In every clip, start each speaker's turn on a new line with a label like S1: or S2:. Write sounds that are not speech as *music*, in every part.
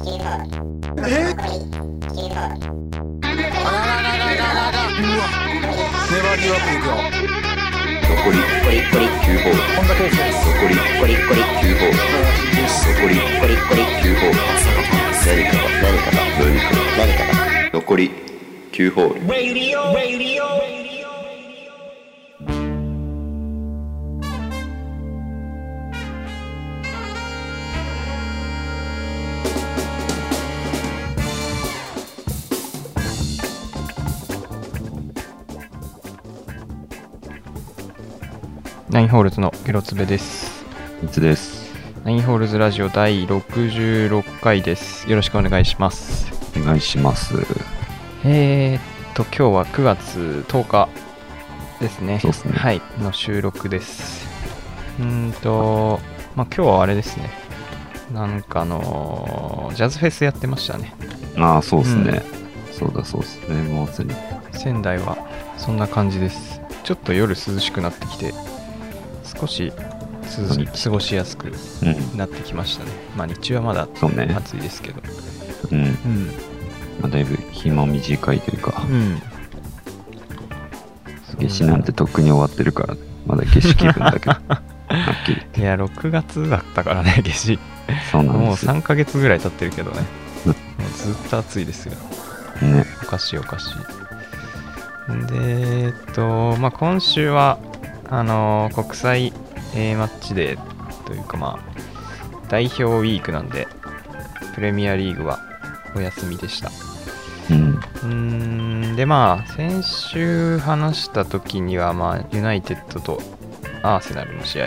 S1: えあらららららららうわ粘りよくいくよ
S2: 残り9ホール
S1: こんだけですね
S2: 残り9ホール残り9ホール何かが何かが何かが何かが残り9ホール
S3: ナインホールズのゲロツベです。
S2: いつです
S3: ナインホールズラジオ第66回です。よろしくお願いします。
S2: お願いします
S3: えー、っと、今日は9月10日ですね。
S2: そうですね
S3: はい、の収録です。うーんと、まあ今日はあれですね。なんかあのー、ジャズフェスやってましたね。
S2: ああそう
S3: っすね、
S2: そうだそうですねもうすに
S3: 仙台はそんな感じです。ちょっと夜涼しくなってきて、少し涼過ごしやすく
S2: うん
S3: なってきましたね。まあ日中はまだ
S2: そうね
S3: 暑いですけど。
S2: う
S3: う
S2: ん、
S3: ん。
S2: まあ、だいぶ日も短いというか
S3: うん。
S2: 夏至なんてとっくに終わってるからまだ夏至気分だけどはっきり
S3: いや、6月だったからね、 *laughs* 夏至。
S2: そうなん
S3: もう
S2: ですよ
S3: 3ヶ月ぐらい経ってるけどね。
S2: うん
S3: もうずっと暑いですよ。
S2: ね
S3: おかしいおかしい。で、えっと、まあ、今週は、あのー国際、えーマッチデーというか、まあ、代表ウィークなんで、プレミアリーグはお休みでした。
S2: うん
S3: うーんでまあ先週話した時にはまあユナイテッドとアーセナルの試合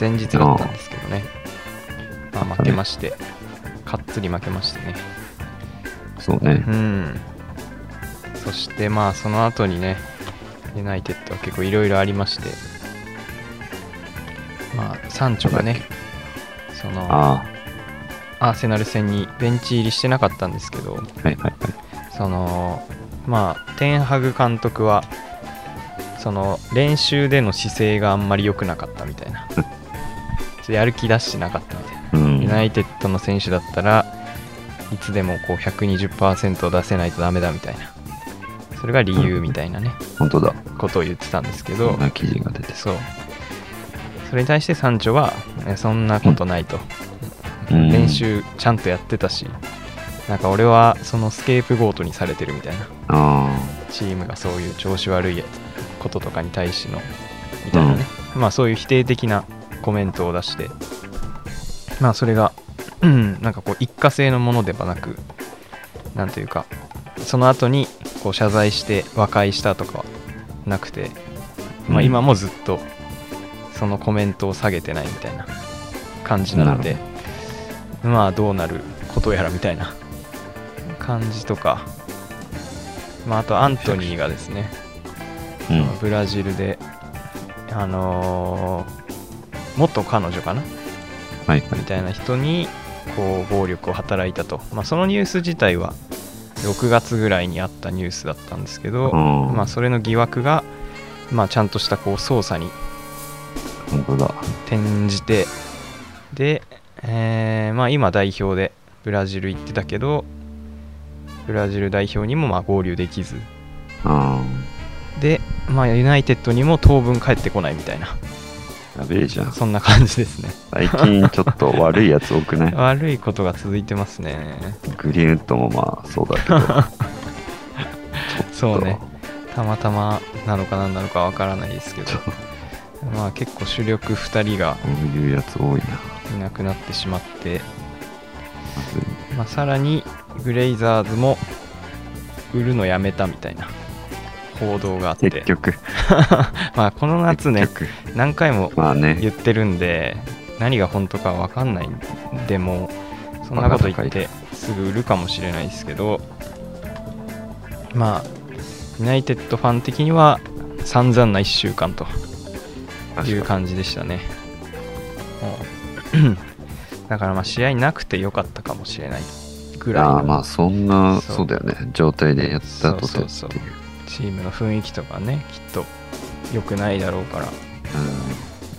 S3: 前日だったんですけどねまあ負けましてかっつり負けましてね
S2: そうね
S3: うんそしてまあその後にねユナイテッドは結構いろいろありましてまあサンチョがねその
S2: あ
S3: アーセナル戦にベンチ入りしてなかったんですけど
S2: あはいはいはい
S3: そのまあテンハグ監督はその練習での姿勢があんまり良くなかったみたい
S2: *laughs*
S3: なちょっとやる気出してなかったみたいな、
S2: うん
S3: ユナイテッドの選手だったらいつでもこう120%を出せないとダメだみたいなそれが理由みたいなね、
S2: 本当だ
S3: ことを言ってたんですけ
S2: そ
S3: ど
S2: んな記事が出て
S3: そうそれに対してサンチョはえそんなことないと、
S2: うん
S3: 練習ちゃんとやってたしなんか俺はそのスケープゴートにされてるみたいな
S2: あ
S3: チームがそういう調子悪いこととかに対してのみたいなね、まあそういう否定的なコメントを出してまあそれがうんなんかこう一過性のものではなくなんというかその後にこう謝罪して和解したとかはなくて、ま
S2: う
S3: あ、
S2: ん
S3: 今もずっとそのコメントを下げてないみたいな感じなので
S2: な
S3: まあどうなることやらみたいな感じとか、まあ、あとアントニーがですね
S2: あうん
S3: ブラジルで、あのー元彼女かな
S2: はいは
S3: み
S2: い
S3: たいな人にこう暴力を働いたと、まあ、そのニュース自体は6月ぐらいにあったニュースだったんですけど、
S2: うん
S3: まあ、それの疑惑が、まあ、ちゃんとしたこう捜査に
S2: 本当だ
S3: 転じてで、えーまあ、今代表でブラジル行ってたけどブラジル代表にもまあ合流できず
S2: あ
S3: で、まあ、ユナイテッドにも当分帰ってこないみたいな
S2: あやべえじゃん
S3: そんな感じです
S2: *laughs*
S3: ね
S2: 最近ちょっと悪いやつ多
S3: *laughs*
S2: くない
S3: 悪いことが続いてますね
S2: グリーンウッドもまあそうだけど
S3: そうねたまたまなのか何なのかわからないですけどまあ結構主力2人が
S2: こういうやつ多いない
S3: なくなってしまって、
S2: まずい
S3: まあ、さらにグレイザーズも売るのやめたみたいな報道があって
S2: 結局
S3: まあこの夏ね
S2: 結局
S3: 何回も
S2: まあね
S3: 言ってるんで何が本当かわかんないんでもうそんなこと言ってすぐ売るかもしれないですけどまあユナイテッドファン的には散々な1週間という
S2: か
S3: 感じでしたねもう *clears throat* だからまあ試合なくてよかったかもしれないぐらい
S2: ああ
S3: の
S2: まあそんな
S3: そう
S2: そうだよね状態でやったとてっていう
S3: そうそうそチームの雰囲気とかねきっと良くないだろうから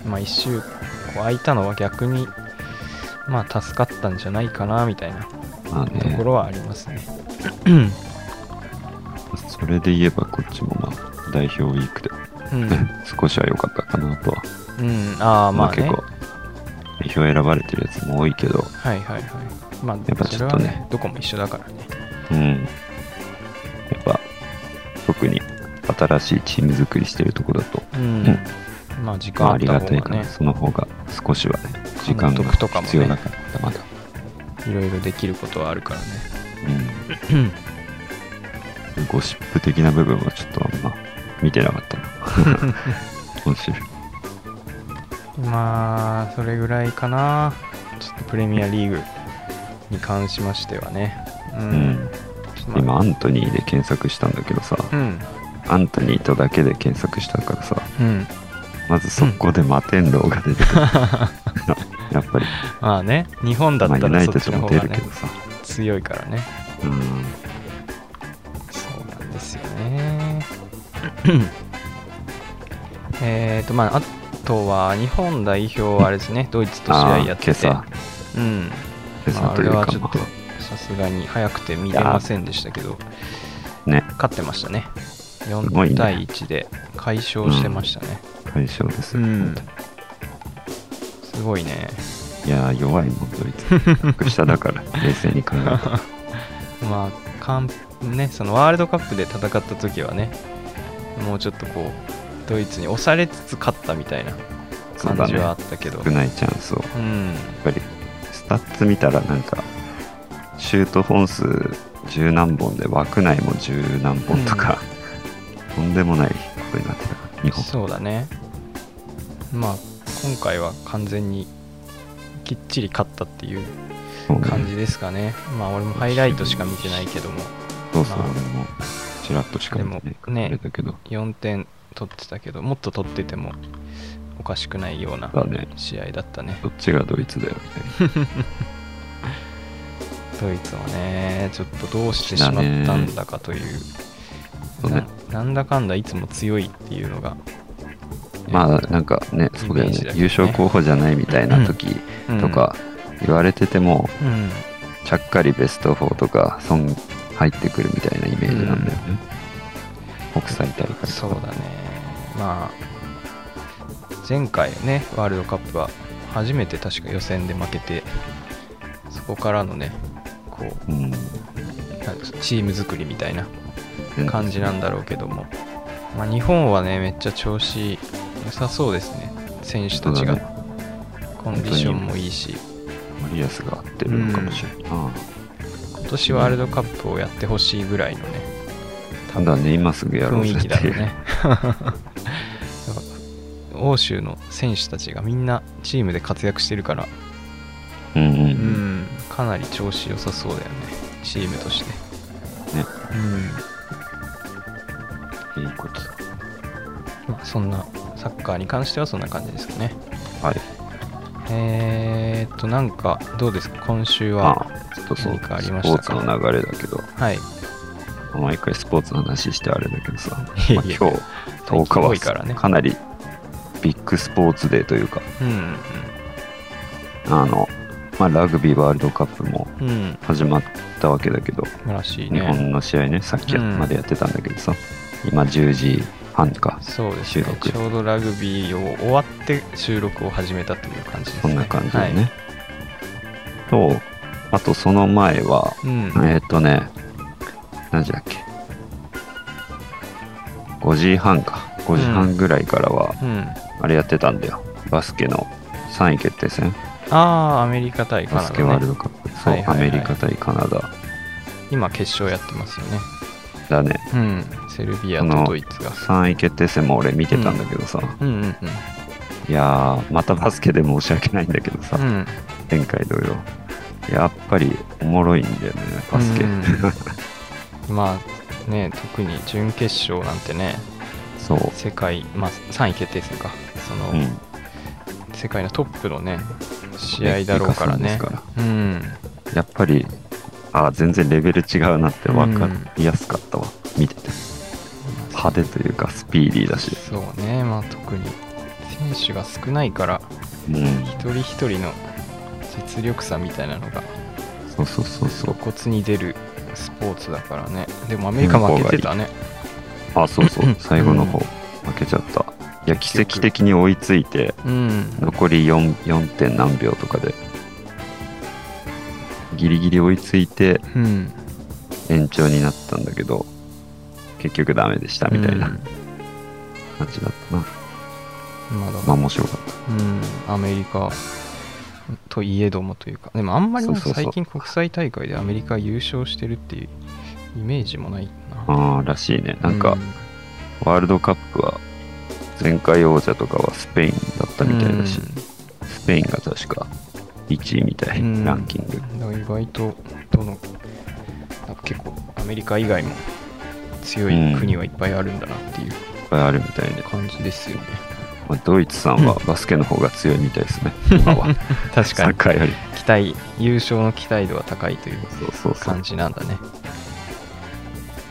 S3: まあ、1週こう空いたのは逆にまあ助かったんじゃないかなみたいな
S2: まあ
S3: とこ
S2: ね、
S3: ろはあります
S2: *clears throat*
S3: ね。
S2: それで言えばこっちもまあ代表ウィークで、
S3: うん、
S2: ね、 *laughs* 少しは良かったかなとは。
S3: うん、ああまあね。
S2: 結構、代表選ばれてるやつも多いけど、
S3: はいはいはい。まあ
S2: やっぱちょっとね
S3: それはどこも一緒だからね。
S2: うん。やっぱ、特に新しいチーム作りしてるとこだと、
S3: うん。まあ時
S2: ま
S3: 間あ
S2: あ、あ
S3: っ
S2: り
S3: た
S2: がた
S3: 方
S2: いか
S3: が
S2: ら、
S3: ね、
S2: その方が少しはね、時間
S3: 監
S2: が
S3: 督とかもね
S2: 必要だから、まだ。
S3: いろいろできることはあるからね。
S2: うん。ゴシップ的な部分はちょっとあんま見てなかったな。
S3: *laughs*
S2: 今週。
S3: まあそれぐらいかな。ちょっとプレミアリーグに関しましてはね。う。
S2: うんん。
S3: まあ
S2: 今、アントニーで検索したんだけどさ、
S3: うん。
S2: アントニーとだけで検索したからさ、
S3: うん。
S2: まずそこで摩天楼が出てくる。やっぱり、
S3: *laughs* まあね、日本だっ
S2: まあ、
S3: た
S2: ユナ
S3: ら
S2: イ
S3: そ
S2: テ
S3: っち
S2: ッ
S3: の
S2: ド
S3: 方
S2: も出
S3: が
S2: る
S3: ね
S2: けどさ。
S3: 強いからね。
S2: うん。
S3: そうなんですよ
S2: *clears throat*
S3: ね。えっと、まあ、あとは日本代表はあれですね、ドイツと試合やってて、
S2: あー今朝
S3: うん、
S2: 今
S3: まあ、
S2: 朝
S3: あ
S2: とい
S3: れ
S2: う
S3: は
S2: か、
S3: ちょっとさすがに早くて見れませんでしたけど、
S2: ね、
S3: 勝ってましたね。
S2: ごいね
S3: 4対1で快勝してましたね。
S2: 対象です
S3: う
S2: よ、
S3: ん
S2: 本当に
S3: すごいね。
S2: いやー、弱いもん、ドイツ。格下
S3: *laughs*
S2: だから、冷静に考えたら。
S3: まあかん、ね、そのワールドカップで戦った時はね、もうちょっとこう、ドイツに押されつつ勝ったみたいな
S2: そ
S3: 感
S2: うだ
S3: じはあっ
S2: ね。
S3: たけど。
S2: 少ないチャンスを。や
S3: うん、
S2: っぱり、スタッツ見たら、なんか、シュート本数十何本で、枠内も十何本とか、とんでもないことになってたから、日本。
S3: そうだねまあ今回は完全にきっちり勝ったっていう
S2: そうね
S3: 感じですかね、まあ俺もハイライトしか見てないけども
S2: そうそう、
S3: まあ
S2: 俺も、ちらっとしか見てないから
S3: でもね
S2: あれだけど、
S3: 4点取ってたけどもっと取っててもおかしくないような
S2: だね
S3: 試合だったね
S2: どっちがドイ
S3: *laughs*
S2: ツだよね。
S3: ドイツはねちょっとどうしてしまったんだかという
S2: そうね
S3: ななんだかんだいつも強いっていうのが
S2: まあなんかね、そうだよ
S3: イメージだけ
S2: ね
S3: ど、ね
S2: 優勝候補じゃないみたいな時
S3: うん
S2: とか言われてても、
S3: うん
S2: ちゃっかりベスト4とか、損入ってくるみたいなイメージなんだよね。国際大会
S3: そ
S2: と
S3: う
S2: か。
S3: だねまあ前回ねワールドカップは初めて確か予選で負けてそこからのねこう
S2: うん
S3: なんかチーム作りみたいな感じなんだろうけども、まあ、日本はねめっちゃ調子良さそうですね選手たちが、
S2: そうだ
S3: コンディションもいいし
S2: 森保が合ってるのかもしれないな。
S3: 今年ワールドカップをやってほしいぐらいのね
S2: ただね、今すぐやろうぜ
S3: 雰囲気だ
S2: って
S3: ろ
S2: いうう
S3: ね。 *laughs* 欧州の選手たちがみんなチームで活躍してるから、
S2: うんうんう。
S3: うんん、かなり調子良さそうだよね、チームとして。
S2: ね
S3: う
S2: いいことだ。
S3: んまあ、そんな、サッカーに関してはそんな感じですかね。
S2: はい。
S3: えー、っと、なんか、どうですか、今週
S2: ま
S3: は。
S2: あ、ちょっとそう、
S3: 何
S2: スポ
S3: かありました
S2: ー
S3: か
S2: ツの流れだけど、
S3: はい。
S2: 毎回スポーツの話してあれだけどさ、ま
S3: *laughs*
S2: あ
S3: いえいえ
S2: 今日10日
S3: 多いからね
S2: はかなりビッグスポーツデーというか、
S3: うん、
S2: あの、まあ、ラグビーワールドカップも
S3: うん、うん、
S2: 始まったわけだけど、
S3: らしい
S2: 日
S3: ね。
S2: 本の試合ね、さっき
S3: うん
S2: までやってたんだけどさ、今10時半か、
S3: そうですね
S2: 収、録
S3: ちょうどラグビーを終わって収録を始めたという感じですね。
S2: そんな感じで
S3: はい
S2: ね。と、あとその前は、
S3: うん、
S2: えっ、とね、何時だっけ、5時半か、5時半ぐらいからは、
S3: うん。
S2: あれやってたんだよ、バスケの3位決定戦、
S3: ああ、アメリカ対カナ
S2: バ
S3: ダ、ね。
S2: スケワールドカップ、そう、
S3: はいはいはい
S2: アメリカ対カナダ
S3: 今、決勝やってますよね。
S2: だね。
S3: うん。セルビア
S2: あ
S3: と
S2: の
S3: ドイツが。
S2: 3位決定戦も俺見てたんだけどさ、
S3: うんうん
S2: いやーまたバスケで申し訳ないんだけどさ、
S3: うん。うん。
S2: 前回同様やっぱりおもろいんだよねバスケ、
S3: うんまあ、ね、特に準決勝なんてね、
S2: *laughs* そう、
S3: 世界、まあ、3位決定戦か。その、
S2: うん、
S3: 世界のトップのね、試合だろうから
S2: レッ
S3: ね
S2: キー。カさん
S3: う
S2: で
S3: ん。
S2: すからやっぱりあー全然レベル違うなって分かりやすかったわ、見てて派手というかスピーディーだし、
S3: そうね、まあ、特に、選手が少ないから、
S2: うん、
S3: 一人一人の実力差みたいなのが
S2: そうそうそうそ
S3: 露
S2: う
S3: 骨に出るスポーツだからねでもアメリカ負けてたね
S2: あそうそううん最後の方負けちゃったいや奇跡的に追いついて
S3: うん
S2: 残り 4, 4. 点何秒とかでギリギリ追いついて
S3: うん
S2: 延長になったんだけど結局ダメでしたみたいな
S3: うん
S2: 感じだったな、
S3: まあだ
S2: まあ
S3: から
S2: 面白かっ
S3: うんアメリカといえどもというかでもあんまりなんか
S2: そうそうそ
S3: 最近
S2: う
S3: 国際大会でアメリカ優勝してるっていうイメージもない
S2: た
S3: な
S2: ああらしいねなん
S3: う
S2: かワールドカップは前回王者とかはスペインだったみたいだし、スペインが確か1位みたい、
S3: うん
S2: ランキング
S3: だから意外とどのなんか結構アメリカ以外も強い国はいっぱいあるんだなっていう
S2: いっぱいあるみたいで、
S3: 感じですよね、
S2: まあ、ドイツさんはバスケの方が強いみたい
S3: *laughs*
S2: ですね、今は
S3: 確
S2: サ
S3: か
S2: ッ
S3: に
S2: カーより
S3: 期待優勝の期待度は高いという
S2: そうそうそう
S3: 感じなんだね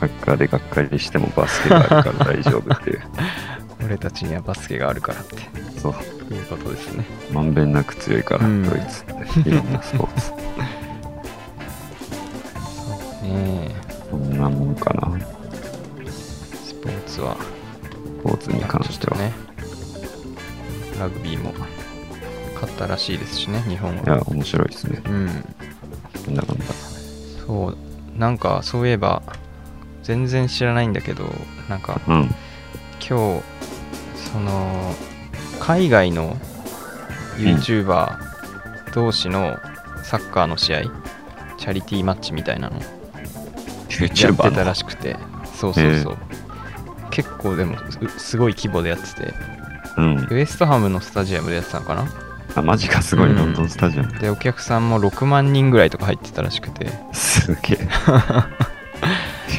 S2: サッカーでがっかりしてもバスケがあるから大丈
S3: *laughs*
S2: 夫っていう
S3: 俺たちにはバスケがあるからって
S2: そう
S3: いうことですね
S2: まんべんなく強いから、
S3: うん
S2: ドイツっていろんなスポーツ
S3: ね
S2: そんなもんかな
S3: えスポーツは
S2: スポーツに関しては、
S3: ねラグビーも勝ったらしいですしね日本
S2: いや
S3: は
S2: 面白いですね
S3: うん
S2: なんだなんだ
S3: そうなんかそういえば全然知らないんだけどなんか
S2: うん
S3: 今日その海外の YouTuber 同士のサッカーの試合、チャリティーマッチみたいなのやってた
S2: YouTuber の
S3: らしくてそうそうそう、結構でもすすごい規模でやってて
S2: うん
S3: ウエストハムのスタジアムでやってたのかな
S2: あマジかすごい、
S3: うん
S2: ロンドンスタジアム
S3: でお客さんも6万人ぐらいとか入ってたらしくて
S2: すげ
S3: *laughs*
S2: え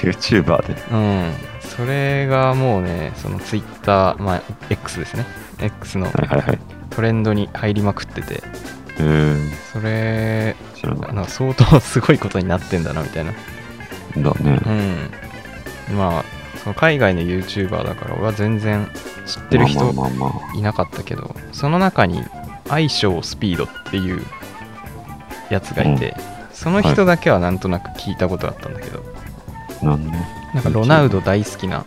S2: YouTuber で
S3: うんそれがもうねその Twitter、まあ、X ですね X の
S2: はいはいはい
S3: トレンドに入りまくってて
S2: えー、
S3: それ
S2: 知らなか
S3: なん
S2: っ
S3: か相当すごいことになってんだなみたいな
S2: ただね
S3: うんまあその海外の YouTuber だから俺は全然知ってる人
S2: まあまあまあま
S3: いなかったけどその中に相性スピードっていうやつがいて、その人だけはなんとなく聞いたことあったんだけど、
S2: あなんの
S3: なんかロナウド大好きな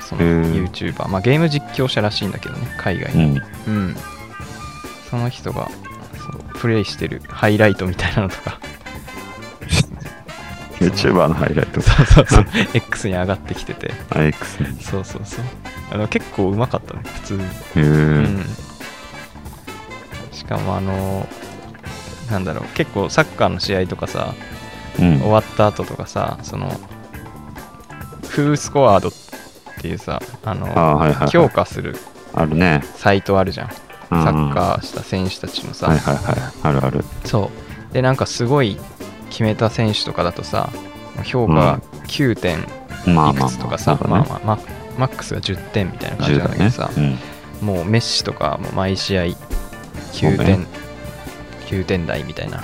S3: その
S2: へー
S3: YouTuber、まあ、ゲーム実況者らしいんだけどね海外
S2: う
S3: の、
S2: ん
S3: うんその人がそうプレイしてるハイライトみたいなのとか *laughs*
S2: YouTuber のハイライト
S3: そうそう
S2: *laughs*
S3: そう X に上がってきてて
S2: IX ね
S3: そうそうそうあの結構うまかったね普通に、
S2: へえ
S3: うんしかもあのなんだろう結構サッカーの試合とかさ
S2: うん
S3: 終わった後とかさそのフースコアードっていうさあの
S2: あはいはいはい
S3: 強化する
S2: あるね
S3: サイトあるじゃん
S2: サ
S3: サッカーした選手たちのさ、
S2: はいはいはいあるある
S3: そうでなんかすごい決めた選手とかだとさ評価が9点い
S2: まあまあま
S3: く
S2: あ
S3: つとかさ、
S2: そう
S3: ま
S2: だ
S3: あ
S2: ね
S3: まあまあマックスが10点みたいな感じ
S2: 10
S3: なん
S2: だ
S3: だけどさ、
S2: ね
S3: もうメッシとかもう毎試合9
S2: そうね
S3: 点9点台みたいな、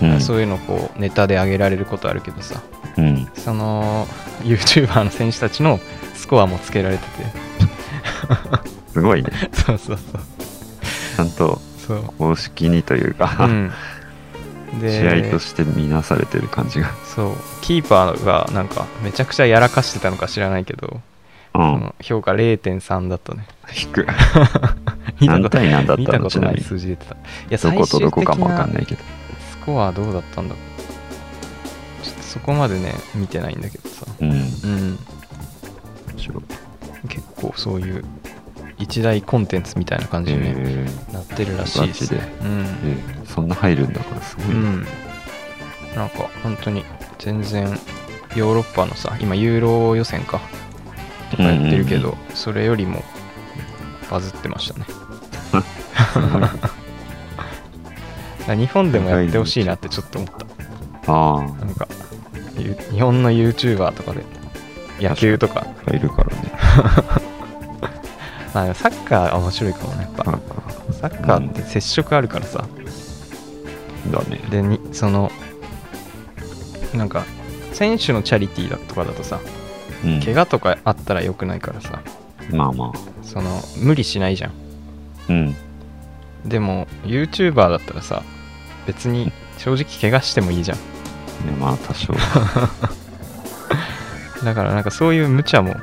S2: うんうん
S3: そういうのこうネタで上げられることあるけどさ
S2: うん
S3: その YouTuber の選手たちのスコアもつけられて
S2: すごいね
S3: て *laughs* そうそうそう
S2: ちゃんと
S3: そう
S2: 公式にというか *laughs*
S3: うん、
S2: 試合
S3: で
S2: として見なされてる感じが
S3: そうキーパーがなんかめちゃくちゃやらかしてたのか知らないけど、
S2: う
S3: そ
S2: ん
S3: の評価0.3だったね *laughs*
S2: 低く
S3: 見た
S2: 何
S3: こと
S2: 対何だっ
S3: 見
S2: た
S3: た
S2: の
S3: こ
S2: ち
S3: と
S2: な
S3: な
S2: み
S3: い
S2: に
S3: 数字出てたいや
S2: ど
S3: 最
S2: こと
S3: 終
S2: どこ
S3: 的
S2: かもわかん
S3: な
S2: ないけど
S3: スコアどうだったんだろうちょっとそこまでね見てないんだけどさ、
S2: うん
S3: うん、
S2: 面白い
S3: 結構そういう一大コンテンツみたいな感じにね、
S2: へ
S3: なってるらしいですね
S2: ガチ
S3: うん、
S2: ええそんな入るんだからすごいね *laughs*
S3: うん、なんか本当に全然ヨーロッパのさ今ユーロ予選かとかやってるけど、
S2: う
S3: それよりもバズってましたね
S2: すごいね
S3: だから日本でもやってほしいなってちょっと思った
S2: あ
S3: なんかゆ日本の YouTuber とかで野球とか
S2: あいるからね
S3: まあでもサッカーは面白いかもねやっぱサッカーって接触あるからさ、
S2: だね
S3: でにそのなんか選手のチャリティーだとかだとさ
S2: うん
S3: 怪我とかあったら良くないからさ
S2: まあまあ
S3: その無理しないじゃん
S2: うん
S3: でも YouTuber だったらさ別に正直怪我してもいいじゃん
S2: いやまあ
S3: *laughs*
S2: 多少
S3: だからなんかそういう無茶も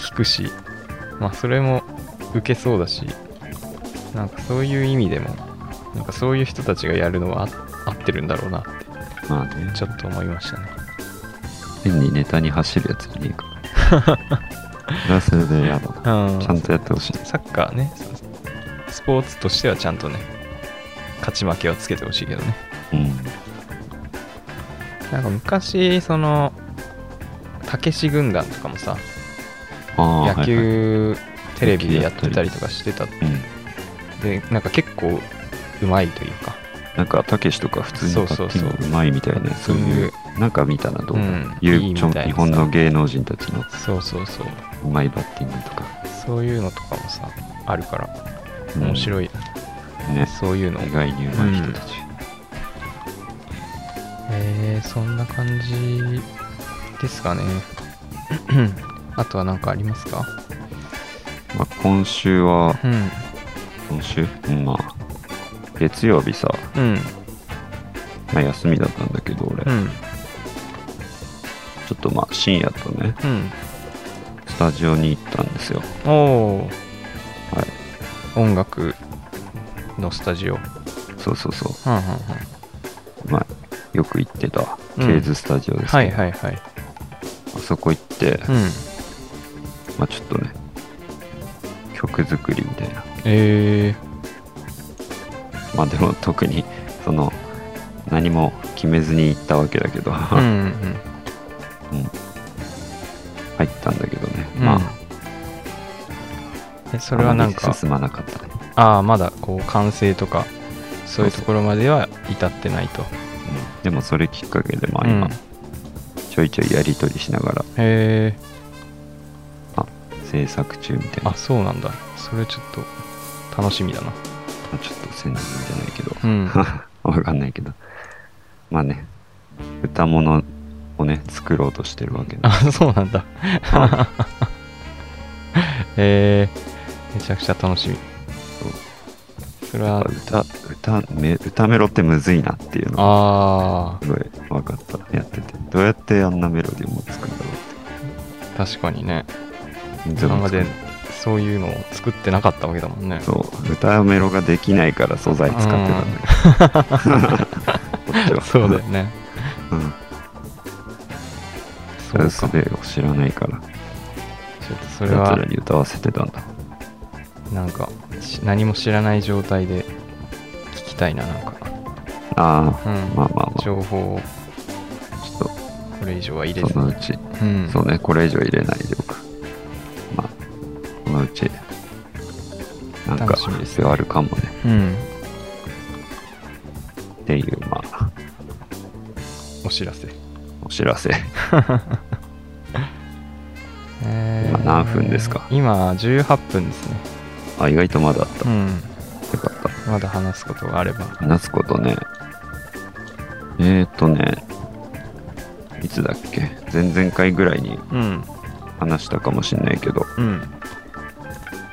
S3: 聞くしまあそれも受けそうだしなんかそういう意味でもなんかそういう人たちがやるのはあ合ってるんだろうなって
S2: まあね
S3: ちょっと思いましたね
S2: 変にネタに走るやつにいいか
S3: *laughs*
S2: らそれはそれで嫌だな
S3: うん
S2: ちゃんとやってほしい
S3: サッカーねそうスポーツとしてはちゃんとね勝ち負けをつけてほしいけどね
S2: うん
S3: なんか昔そのたけし軍団とかもさ
S2: ああ
S3: 野
S2: はいはい
S3: 球テレビでやってたりとかしてた
S2: うん、
S3: でなんか結構うまいというか
S2: なんかたけしとか普通に
S3: そう
S2: パ
S3: そ
S2: ッ
S3: う
S2: キ
S3: そう
S2: ングうまいみたいなそういうなんか見たなどう、
S3: うん
S2: ゆう
S3: いいみ
S2: ち
S3: た
S2: ょ
S3: い
S2: ん
S3: なさ
S2: 日本の芸能人たちの
S3: そうそうそう
S2: うまいバッティングとか、
S3: そういうのとかもさあるから面
S2: い
S3: 白い、
S2: ね
S3: そういうの
S2: 意外にうまい人たち、
S3: えー、そんな感じですかね *clears throat* あとは何かありますか
S2: まあ、今週は
S3: うん
S2: 今週、うん、まあ月曜日さ、
S3: うん
S2: まあ、休みだったんだけど俺、
S3: う
S2: ち
S3: ん
S2: ょっとまあ深夜とね
S3: うん
S2: スタジオに行ったんですよ
S3: おお、
S2: はい
S3: 音楽のスタジオ。は
S2: そうそうそ
S3: んはんは
S2: うまあよく行ってた
S3: うん
S2: ケイズスタジオです
S3: はい
S2: けど、
S3: はいはい。
S2: あそこ行って、
S3: うん。
S2: まあちょっとね曲作りみたいな
S3: え
S2: まあでも特にその何も決めずに行ったわけだけど、、
S3: ー、うんうん
S2: 入ったんだけどね、
S3: うん。
S2: ま
S3: うん
S2: あ
S3: えそれはなん
S2: あま
S3: か
S2: り、進まなかったね、
S3: ああ、まだこう完成とか、そういうところまでは至ってないと。
S2: うんでもそれきっかけでま
S3: う
S2: あ
S3: ん
S2: 今、ちょいちょいやり取りしながら
S3: へえ、
S2: 制作中みたいな
S3: あ、そうなんだ。それちょっと楽しみだな。
S2: まあちょっと宣伝じゃないけど、
S3: う
S2: *laughs*
S3: ん。
S2: わかんないけどまあね歌物をね作ろうとしてるわけだ、
S3: *laughs* あ、そうなんだ。えー、めちゃくちゃ楽しみ。それ
S2: やっ
S3: は
S2: ぱ、歌歌め歌メロってむずいなっていうのが
S3: あ
S2: すごい分かったやっててどうやってあんなメロディーも作るんだろ
S3: あ、確かにね。
S2: うって
S3: 今までそういうのを作ってなかったわけだもんね。
S2: そう歌メロができないから素材使ってたんだけどこっちは
S3: *laughs* そうだよね。
S2: うん
S3: そうか。ち
S2: す
S3: ょっ
S2: べを知らないから
S3: とそれ
S2: 奴
S3: は
S2: ら、に歌わせてたんだ
S3: なんか、し何も知らない状態で聞きたいな、なんか。う
S2: ああ、
S3: ん。
S2: まあまあまあちょ
S3: 情報を
S2: っと
S3: これ以上は入れず
S2: その
S3: に。
S2: うち
S3: うん。
S2: そうね、これ以上入れないでおく。まあ、このうち、なんか
S3: 楽しみです
S2: 必
S3: ね
S2: 要あるかもね。
S3: うん。
S2: っていう、まあ、
S3: お知らせ。
S2: お知らせ。
S3: え
S2: 今何分ですか
S3: 今、18分ですね。
S2: あ、意外とまだあった。
S3: うん。
S2: よかっ
S3: まだ話すことがあれば。
S2: た。話すことね。えーとね、いつだっけ前々回ぐらいに
S3: うん。
S2: 話したかもしんないけど、
S3: うん。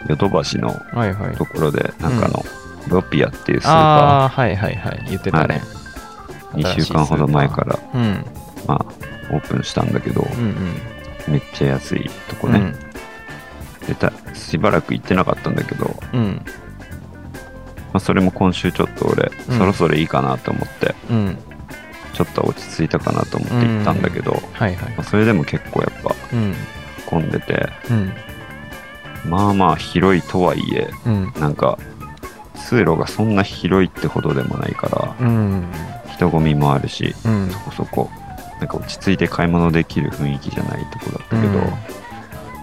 S2: ヨドバシの
S3: はいはい。
S2: ところで、なんかあの、ロピアっていうスー
S3: あ
S2: パ
S3: あ、はいはいはい。言ってたね。
S2: ー、2週間ほど前から、
S3: うん。
S2: まあ、オープンしたんだけど、
S3: うんうん。
S2: めっちゃ安いとこね。でたしばらく行ってなかったんだけど、ま
S3: うん。うん。
S2: あ、それも今週ちょっと俺、
S3: うん
S2: そろそろいいかなと思って
S3: うん。
S2: ちょっと落ち着いたかなと思って行ったんだけど、ま
S3: はいはい
S2: あ。それでも結構やっぱ
S3: うん。
S2: 混んでて
S3: うん。
S2: まあまあ広いとはいえ
S3: うん。
S2: なんか通路がそんな広いってほどでもないか
S3: うん。
S2: ら人混みもあるし
S3: うん。
S2: そこそこなんか落ち着いて買い物できる雰囲気じゃないとこだったけど、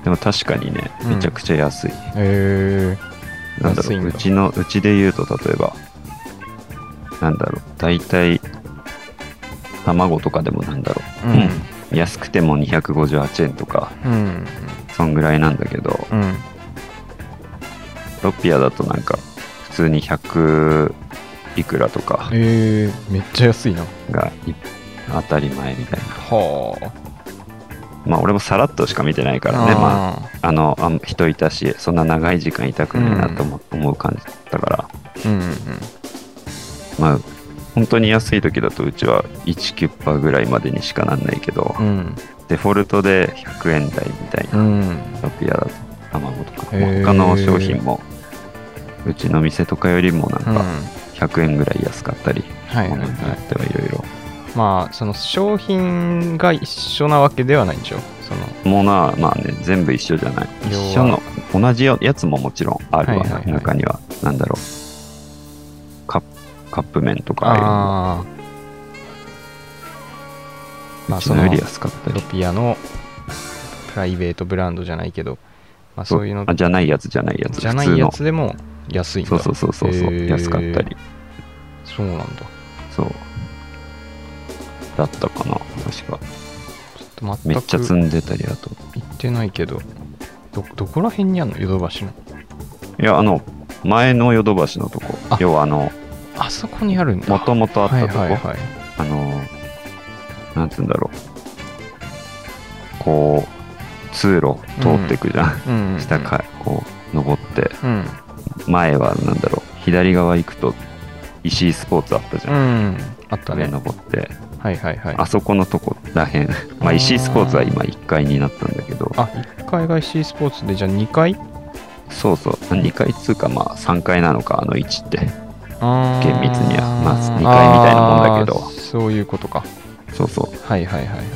S2: でも確かにね
S3: うん
S2: めちゃくちゃ安い、
S3: え
S2: なんだ
S3: 安い
S2: ろ
S3: ん
S2: う
S3: だ
S2: うちのうちで言うと例えばなんだろう大体卵とかでもなんだろ
S3: ー。
S2: う、うん安くても258円とか
S3: うん。うん。
S2: そんぐらいなんだけど
S3: うん。
S2: ロピアだとなんか普通に100いくらとか
S3: えー、めっちゃ安いな。
S2: がい当たり前みたいな
S3: はあ。
S2: まあ俺もさらっとしか見てないからねまああのあん人いたしそんな長い時間いたくないなと思,、思う感じだったから
S3: うんうん
S2: まあ本当に安い時だとうちは1キュッパぐらいまでにしかなんないけど、
S3: うん
S2: デフォルトで100円台みたいな
S3: うん
S2: ロピアだと卵とか、
S3: へー
S2: 他の商品もうちの店とかよりもなんか100円ぐらい安かったり、
S3: はいはい
S2: 物によ
S3: はい
S2: ってはいろいろ
S3: まあその商品が一緒なわけではないんでしょその
S2: ものはまあね全部一緒じゃない
S3: 要
S2: 一
S3: は
S2: 緒の同じやつももちろんあるわ、
S3: はいはいはい
S2: 中にはなんだろうカップカップ麺とかああいうのも
S3: ああまあ
S2: うち
S3: そ
S2: の
S3: の
S2: より
S3: ロ
S2: 安かったり
S3: ピアのプライベートブランドじゃないけど、まあ、
S2: そう
S3: そういうの
S2: あじゃないやつじゃないやつ
S3: じゃないやつでも安いん
S2: 普
S3: だ
S2: 通のそうそうそうそうそう
S3: へー
S2: 安かったり
S3: そうなんだ
S2: そうだったかな確か
S3: ちょっと
S2: めっちゃ
S3: 全
S2: 積
S3: く
S2: んでたりあと
S3: 行ってないけどどどこら辺にあるのヨドバシの
S2: いやあの前のヨドバシのとこ
S3: あ
S2: 要はあの
S3: あそこにあるんだ
S2: もともとあったとこ、
S3: はいはいはい
S2: あのなんつうんだろうこう通路通ってくじゃん、
S3: うんうん
S2: 下かこう登って
S3: うん
S2: 前はなんだろう左側行くと石井スポーツあったじ
S3: う
S2: ゃん、
S3: んあった
S2: あれ
S3: ね
S2: 登って
S3: はいはいはい
S2: あそこのとこらへんまあ石井スポーツは今1階になったんだけど
S3: あ1階が C スポーツでじゃあ2階
S2: そうそう2階っつうかまあ3階なのかあの位置って
S3: あー
S2: 厳密にはまあ二階みたいなもんだけど
S3: あーそういうことか
S2: そうそう、
S3: はいはいはいはい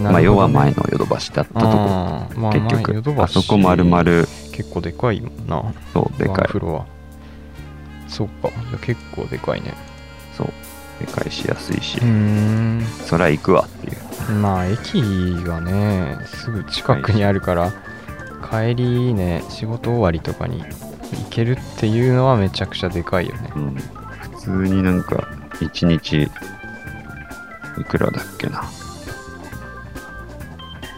S2: まあ要は前
S3: の
S2: のヨドバシだったとこ
S3: あーまあ
S2: 結
S3: 前ヨド
S2: 局
S3: バ
S2: あ
S3: シ
S2: そこ丸々
S3: 結構でかいもんな
S2: そうで
S3: ワ
S2: か
S3: ン
S2: い
S3: フロアそっかじゃあ結構でかいね
S2: そうでかいし安いし、
S3: ん
S2: そりゃ行くわっていう
S3: まあ駅がねすぐ近くにあるから帰りね仕事終わりとかに行けるっていうのはめちゃくちゃでかいよね
S2: うん、普通になんか1日いくらだっけな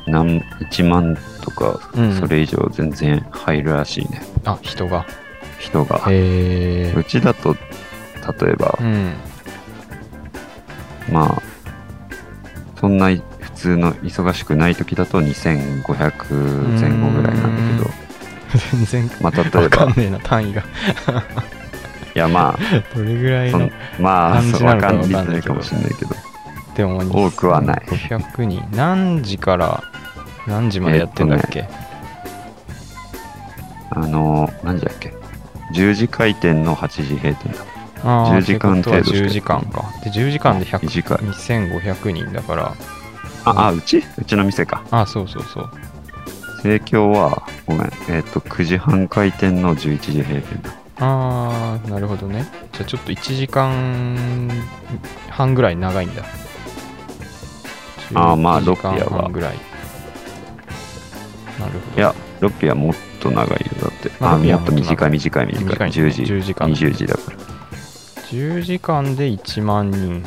S2: なん1万とか
S3: うん
S2: それ以上全然入るらしいね、
S3: あ人が
S2: 人が
S3: へえ
S2: うちだと例えば
S3: う、ん
S2: まあそんな普通の忙しくない時だと2500前後ぐらいなんだけど
S3: 全然
S2: まあ例え
S3: わか
S2: ば
S3: ん
S2: い
S3: ねえな単位が
S2: やまあ
S3: どれぐらい
S2: そん
S3: の
S2: まあ
S3: 感じ
S2: そう
S3: な
S2: わ
S3: のか
S2: か
S3: わ
S2: ん
S3: かんないけど
S2: ないかもしれないけど
S3: でも
S2: 多くはない
S3: 500人何時から何時までやってんだっけ、
S2: あの何時だっけ10時開店の8時閉店だ
S3: あー
S2: 10時間程
S3: って
S2: 度
S3: ことは10時間かで10時間で100
S2: 短い
S3: 2500人だから
S2: あ、あうちうちの店か
S3: あそうそうそう
S2: 盛況はごめんえっ、と9時半開店の11時閉店だ
S3: ああなるほどねじゃあちょっと1時間半ぐらい長いんだ
S2: あーまあ
S3: 11時間
S2: ロッピアは
S3: 半ぐらいなるほど
S2: いやロッピアもっと長いよだって
S3: まあ
S2: あ
S3: ロッピア
S2: もっと短い短い短い
S3: 短い
S2: 10時
S3: 10時間
S2: 20時だから
S3: 10時間で1万人っ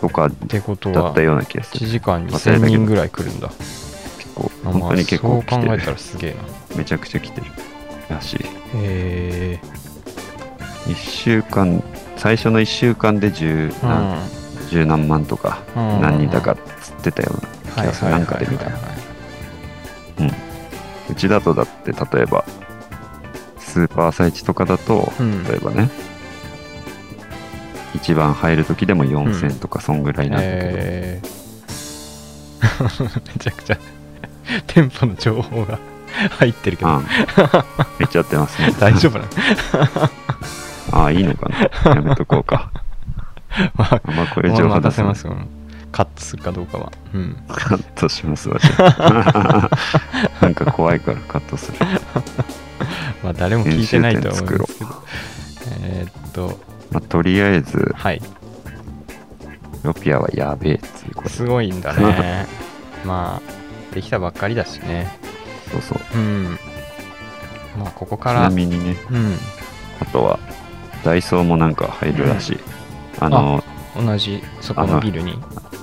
S2: とか
S3: てこと
S2: だ
S3: は
S2: ったような気がす
S3: 1
S2: る
S3: 時間に
S2: 忘れたけ
S3: 1000
S2: ど
S3: 人ぐらい来るんだ
S2: 結構
S3: あ
S2: 本当に結構来
S3: ま
S2: て
S3: あそう考え
S2: る
S3: たらすげえな
S2: めちゃくちゃ来てるらしい
S3: へえ
S2: 1週間最初の1週間で
S3: う
S2: 十
S3: ん
S2: 何,、十何万とか
S3: うん
S2: 何人だか釣ってたよう
S3: は
S2: な気
S3: い
S2: がする
S3: はい
S2: なんかで見た
S3: はいはいはいう
S2: ちだとだって例えばスーパー朝市とかだと、
S3: うん
S2: 例えばね一番入る時でも4000とかそんぐらいなんだけど、
S3: えー *laughs* めちゃくちゃ *laughs* 店舗の情報が入ってるけど
S2: あめっちゃやってますね
S3: *laughs* 大丈夫なの
S2: ああいいのかなやめとこうか
S3: *laughs* まあ
S2: あんまこれ
S3: まあ
S2: 情報
S3: 待
S2: 出
S3: た
S2: せ
S3: せ
S2: ま
S3: ますすよカットするかどうかはうん
S2: カットしますわじ
S3: *laughs*
S2: ゃあなんか怖いからカットする
S3: まあ誰も聞
S2: 編
S3: いて
S2: 集
S3: ないと
S2: 点
S3: は思
S2: 作
S3: うん
S2: ろ
S3: です
S2: う
S3: け、どえーっと
S2: まあ、とりあえず
S3: はい
S2: ロピアはやべえっていうこと
S3: すごいんだ
S2: *laughs*
S3: ねまあできたばっかりだしね
S2: そうそうち
S3: うんまあここから
S2: な
S3: うん
S2: みにねあとはダイソーもなんか入るらしい、あの
S3: 同じそこのビルに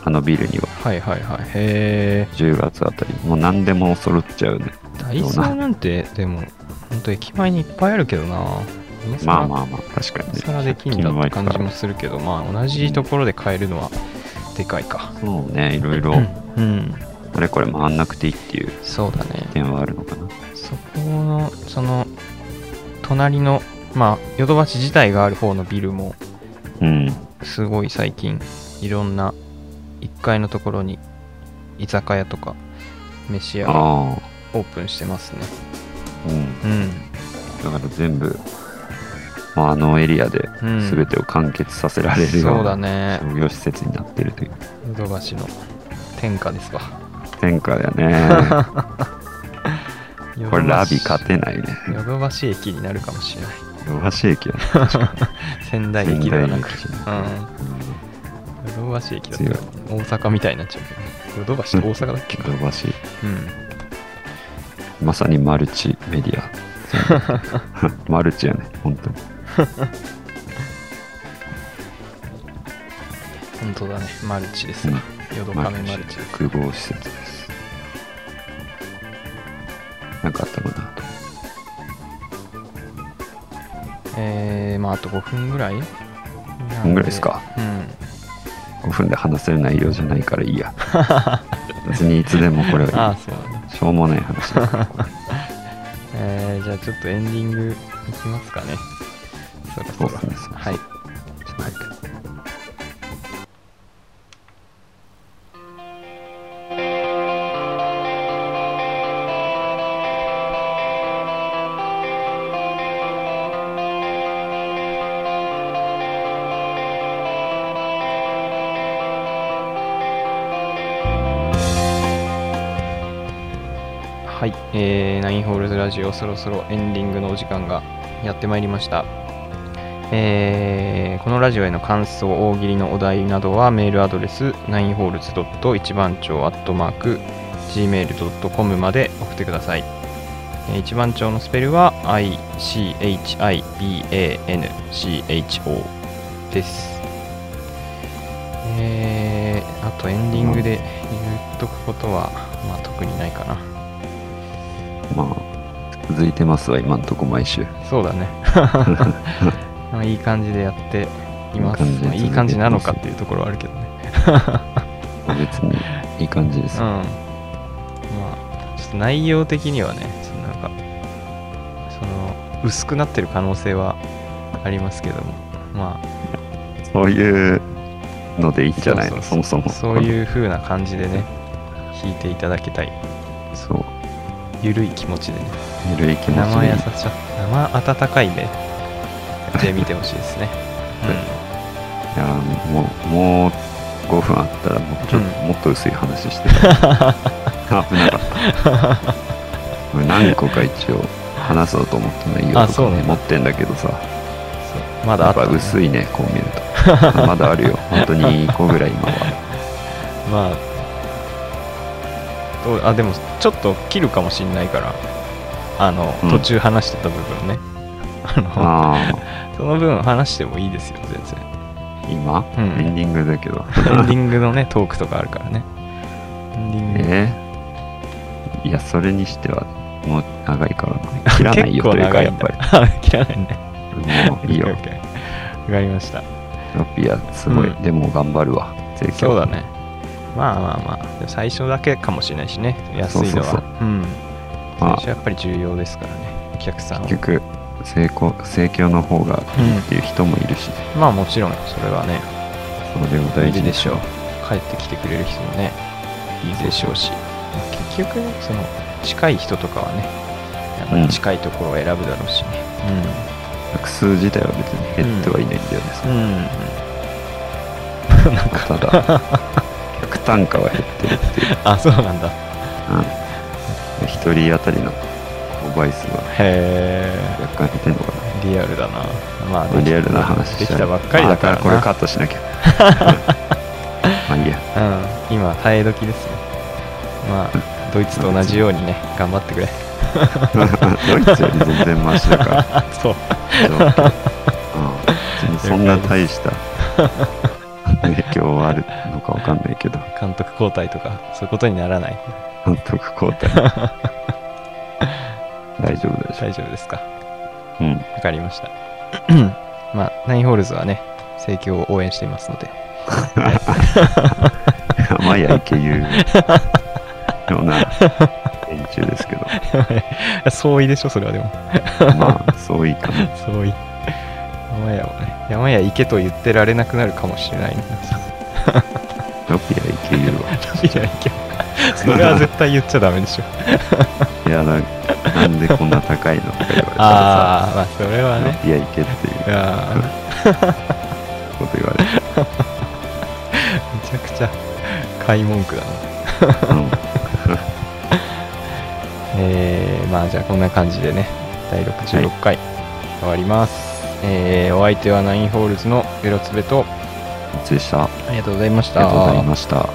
S2: あのビルには
S3: はいはいはいへえ
S2: 10月あたりもう何でも揃っちゃうね
S3: ダイソーなんてでも本当駅前にいっぱいあるけどな
S2: まあ
S3: あ
S2: まあまあ確かにね
S3: そらできんだって感じもするけどまあ同じところで買えるのはでかいか
S2: そうねいろいろ
S3: うん、うん、
S2: あれこれ回んなくていいっていう
S3: そうだね
S2: 点はあるのかな
S3: そこのその隣のまあヨドバシ自体がある方のビルも
S2: うん。
S3: すごい最近いろんな1階のところに居酒屋とか飯屋が
S2: ああ。
S3: オープンしてますね
S2: うん。
S3: うん
S2: だから全部、まあ、あのエリアで
S3: うん
S2: 全てを完結させられるよ
S3: そう
S2: う
S3: だ
S2: な
S3: ね
S2: 商業施設になってるという。
S3: ヨドバシの天下ですわ
S2: 天下だよね。
S3: *laughs*
S2: これラビ勝
S3: て
S2: てないね。
S3: ヨドバシ駅になるかもしれない
S2: ヨガシ駅やね。
S3: 仙台駅ではなく
S2: 仙
S3: う
S2: 台
S3: ん
S2: 駅
S3: ヨドバシ駅だったら大阪みたいになっちゃうけどねヨドバシって大阪だっけか
S2: ヨガシ駅
S3: うん
S2: まさにマルチメディ
S3: *laughs*
S2: ア。マルチやね、本当に。
S3: 本当だねマルチです
S2: う
S3: わ
S2: ん
S3: ヨドカメマルチです
S2: 複合施設です。なんかあったかなと。
S3: えー、まああと5分ぐらい5
S2: 5分ぐらいですか
S3: うん
S2: 5分で話せる内容じゃないからいいや。別にいつでもこれ
S3: あ
S2: は
S3: あそうだね
S2: いい。しょうもない話だからこれ
S3: えー、じゃあちょっとエンディングいきますかねそろそろ
S2: そうですね
S3: はい
S2: ちょっと入って
S3: はい、えー、ナインホールズラジオそろそろエンディングのお時間がやってまいりました、えーこのラジオへの感想大喜利のお題などはメールアドレスナインホールズ一番町アットマーク gmail.com まで送ってください、えー一番町のスペルは ICHIBANCHO ですえーあとエンディングで言っとくことは、まあ、特にないかな
S2: まあ、続いてますわ、今んとこ毎
S3: *laughs*
S2: 週。
S3: そうだね。まあいい感じでやっています。
S2: いい感じで
S3: まあいい感じなのかっていうところはあるけどね。
S2: 別にいい感じで
S3: うん。
S2: す。
S3: まあ、ちょっと内容的にはね、ちょっとなんか、その、薄くなってる可能性はありますけども、まあ、
S2: そういうのでいいんじゃないの、
S3: そ
S2: そうもそも。
S3: そういう風な感じでね、弾いていただきたい。
S2: この。そう。
S3: ゆるい気持ちでね。
S2: ゆるい気持ち
S3: 生
S2: で
S3: やささ、生温かい目で見てほしいですね。
S2: いやーもうもう5分あったらもうちょ、
S3: うん
S2: もっと薄い話
S3: *laughs*
S2: してた危なかった俺何個か一応話そうと思って内容
S3: あ
S2: と
S3: そう
S2: か、
S3: な
S2: ね、
S3: んだ
S2: 持ってんだけどさ
S3: うんそうまだ
S2: や
S3: あ
S2: っ
S3: った
S2: ぱ
S3: ね、
S2: 薄いねこう見るとまだあ
S3: *laughs*
S2: るよ本当に2個ぐらい今は
S3: まあ、どうあでもちょっと切るかもしんないからあの、
S2: うん
S3: 途中話してた部分ねあ
S2: あ
S3: のその分話してもいいですよ全然
S2: あ今、
S3: うん
S2: エンディング
S3: *laughs*
S2: だけど
S3: エンディングのねトークとかあるからねエンディング、
S2: えーいやそれにしてはもう長いからな切らないよというかやっぱり
S3: り切らないね
S2: もうい
S3: *laughs*
S2: い
S3: オ
S2: よ
S3: ッケーオッケーわかりました
S2: ロピアすごい、
S3: うん
S2: でも頑張るわ提供
S3: そうだねまあまあまあでも最初だけかもしれないしね安いのは
S2: そうそう
S3: うん最
S2: まあ
S3: 初やっぱり重要ですからねお客さんを
S2: 結局成功盛況の方がいいっていう人もいるし、
S3: まあもちろんそれはね
S2: それを大
S3: い
S2: 事
S3: る
S2: に
S3: でしょう帰ってきてくれる人もねいるでしょうし結局ねその近い人とかはねやっぱり近いところを選ぶだろうしね
S2: 複数自体は別に減ってはいないんだよね、
S3: うん、うん
S2: ただ客単価は減ってるっていう、
S3: *laughs* あそうなんだへ
S2: うん、1人当たりの購買数は
S3: え
S2: 若干減ってんのかな
S3: リアルだなまあ
S2: まあリアルな話
S3: で
S2: し
S3: きたばっかりだからな
S2: これカットしなきゃまあいいや
S3: *laughs* うん今耐え時ですねまあドイツと同じようにね頑張ってくれ *laughs*
S2: ドイツより全然マシだから
S3: あそう
S2: ちょっとうん、別にそんな大した
S3: *laughs*
S2: 影響はあるのかわかんないけど
S3: 監督交代とかそういうことにならない
S2: 監督交
S3: *laughs*
S2: 代大丈夫大丈
S3: 大丈夫ですか *laughs*
S2: 夫うん
S3: わかりました。 *clears throat* まあ、ナインホールズはね、盛況を応援していますの *laughs* で、
S2: 甘い池言うような連中で
S3: *laughs*
S2: すけど
S3: 相違でしょ、それはでも。
S2: まあそういいかな
S3: 相違。山屋をね、山山や池と言ってられなくなるかもしれない *laughs* な。
S2: ロピア行け言うわ。
S3: ラビア池。それは絶対言っちゃダメでしょ。
S2: いやなんなんでこんな高いのとか言われたらさ、
S3: ああ、まあそれは
S2: ロ
S3: ね。
S2: ピア行けっていう
S3: *laughs* いやー
S2: こと言われ
S3: め
S2: て
S3: ちゃくちゃ買い文句だな。
S2: た。うん
S3: えー、まあじゃあこんな感じでね第66回終わります、えーお相手はナインホールズのベロツベと
S2: いつでした。あ
S3: ありがとうございまし
S2: りがとうございました。
S3: た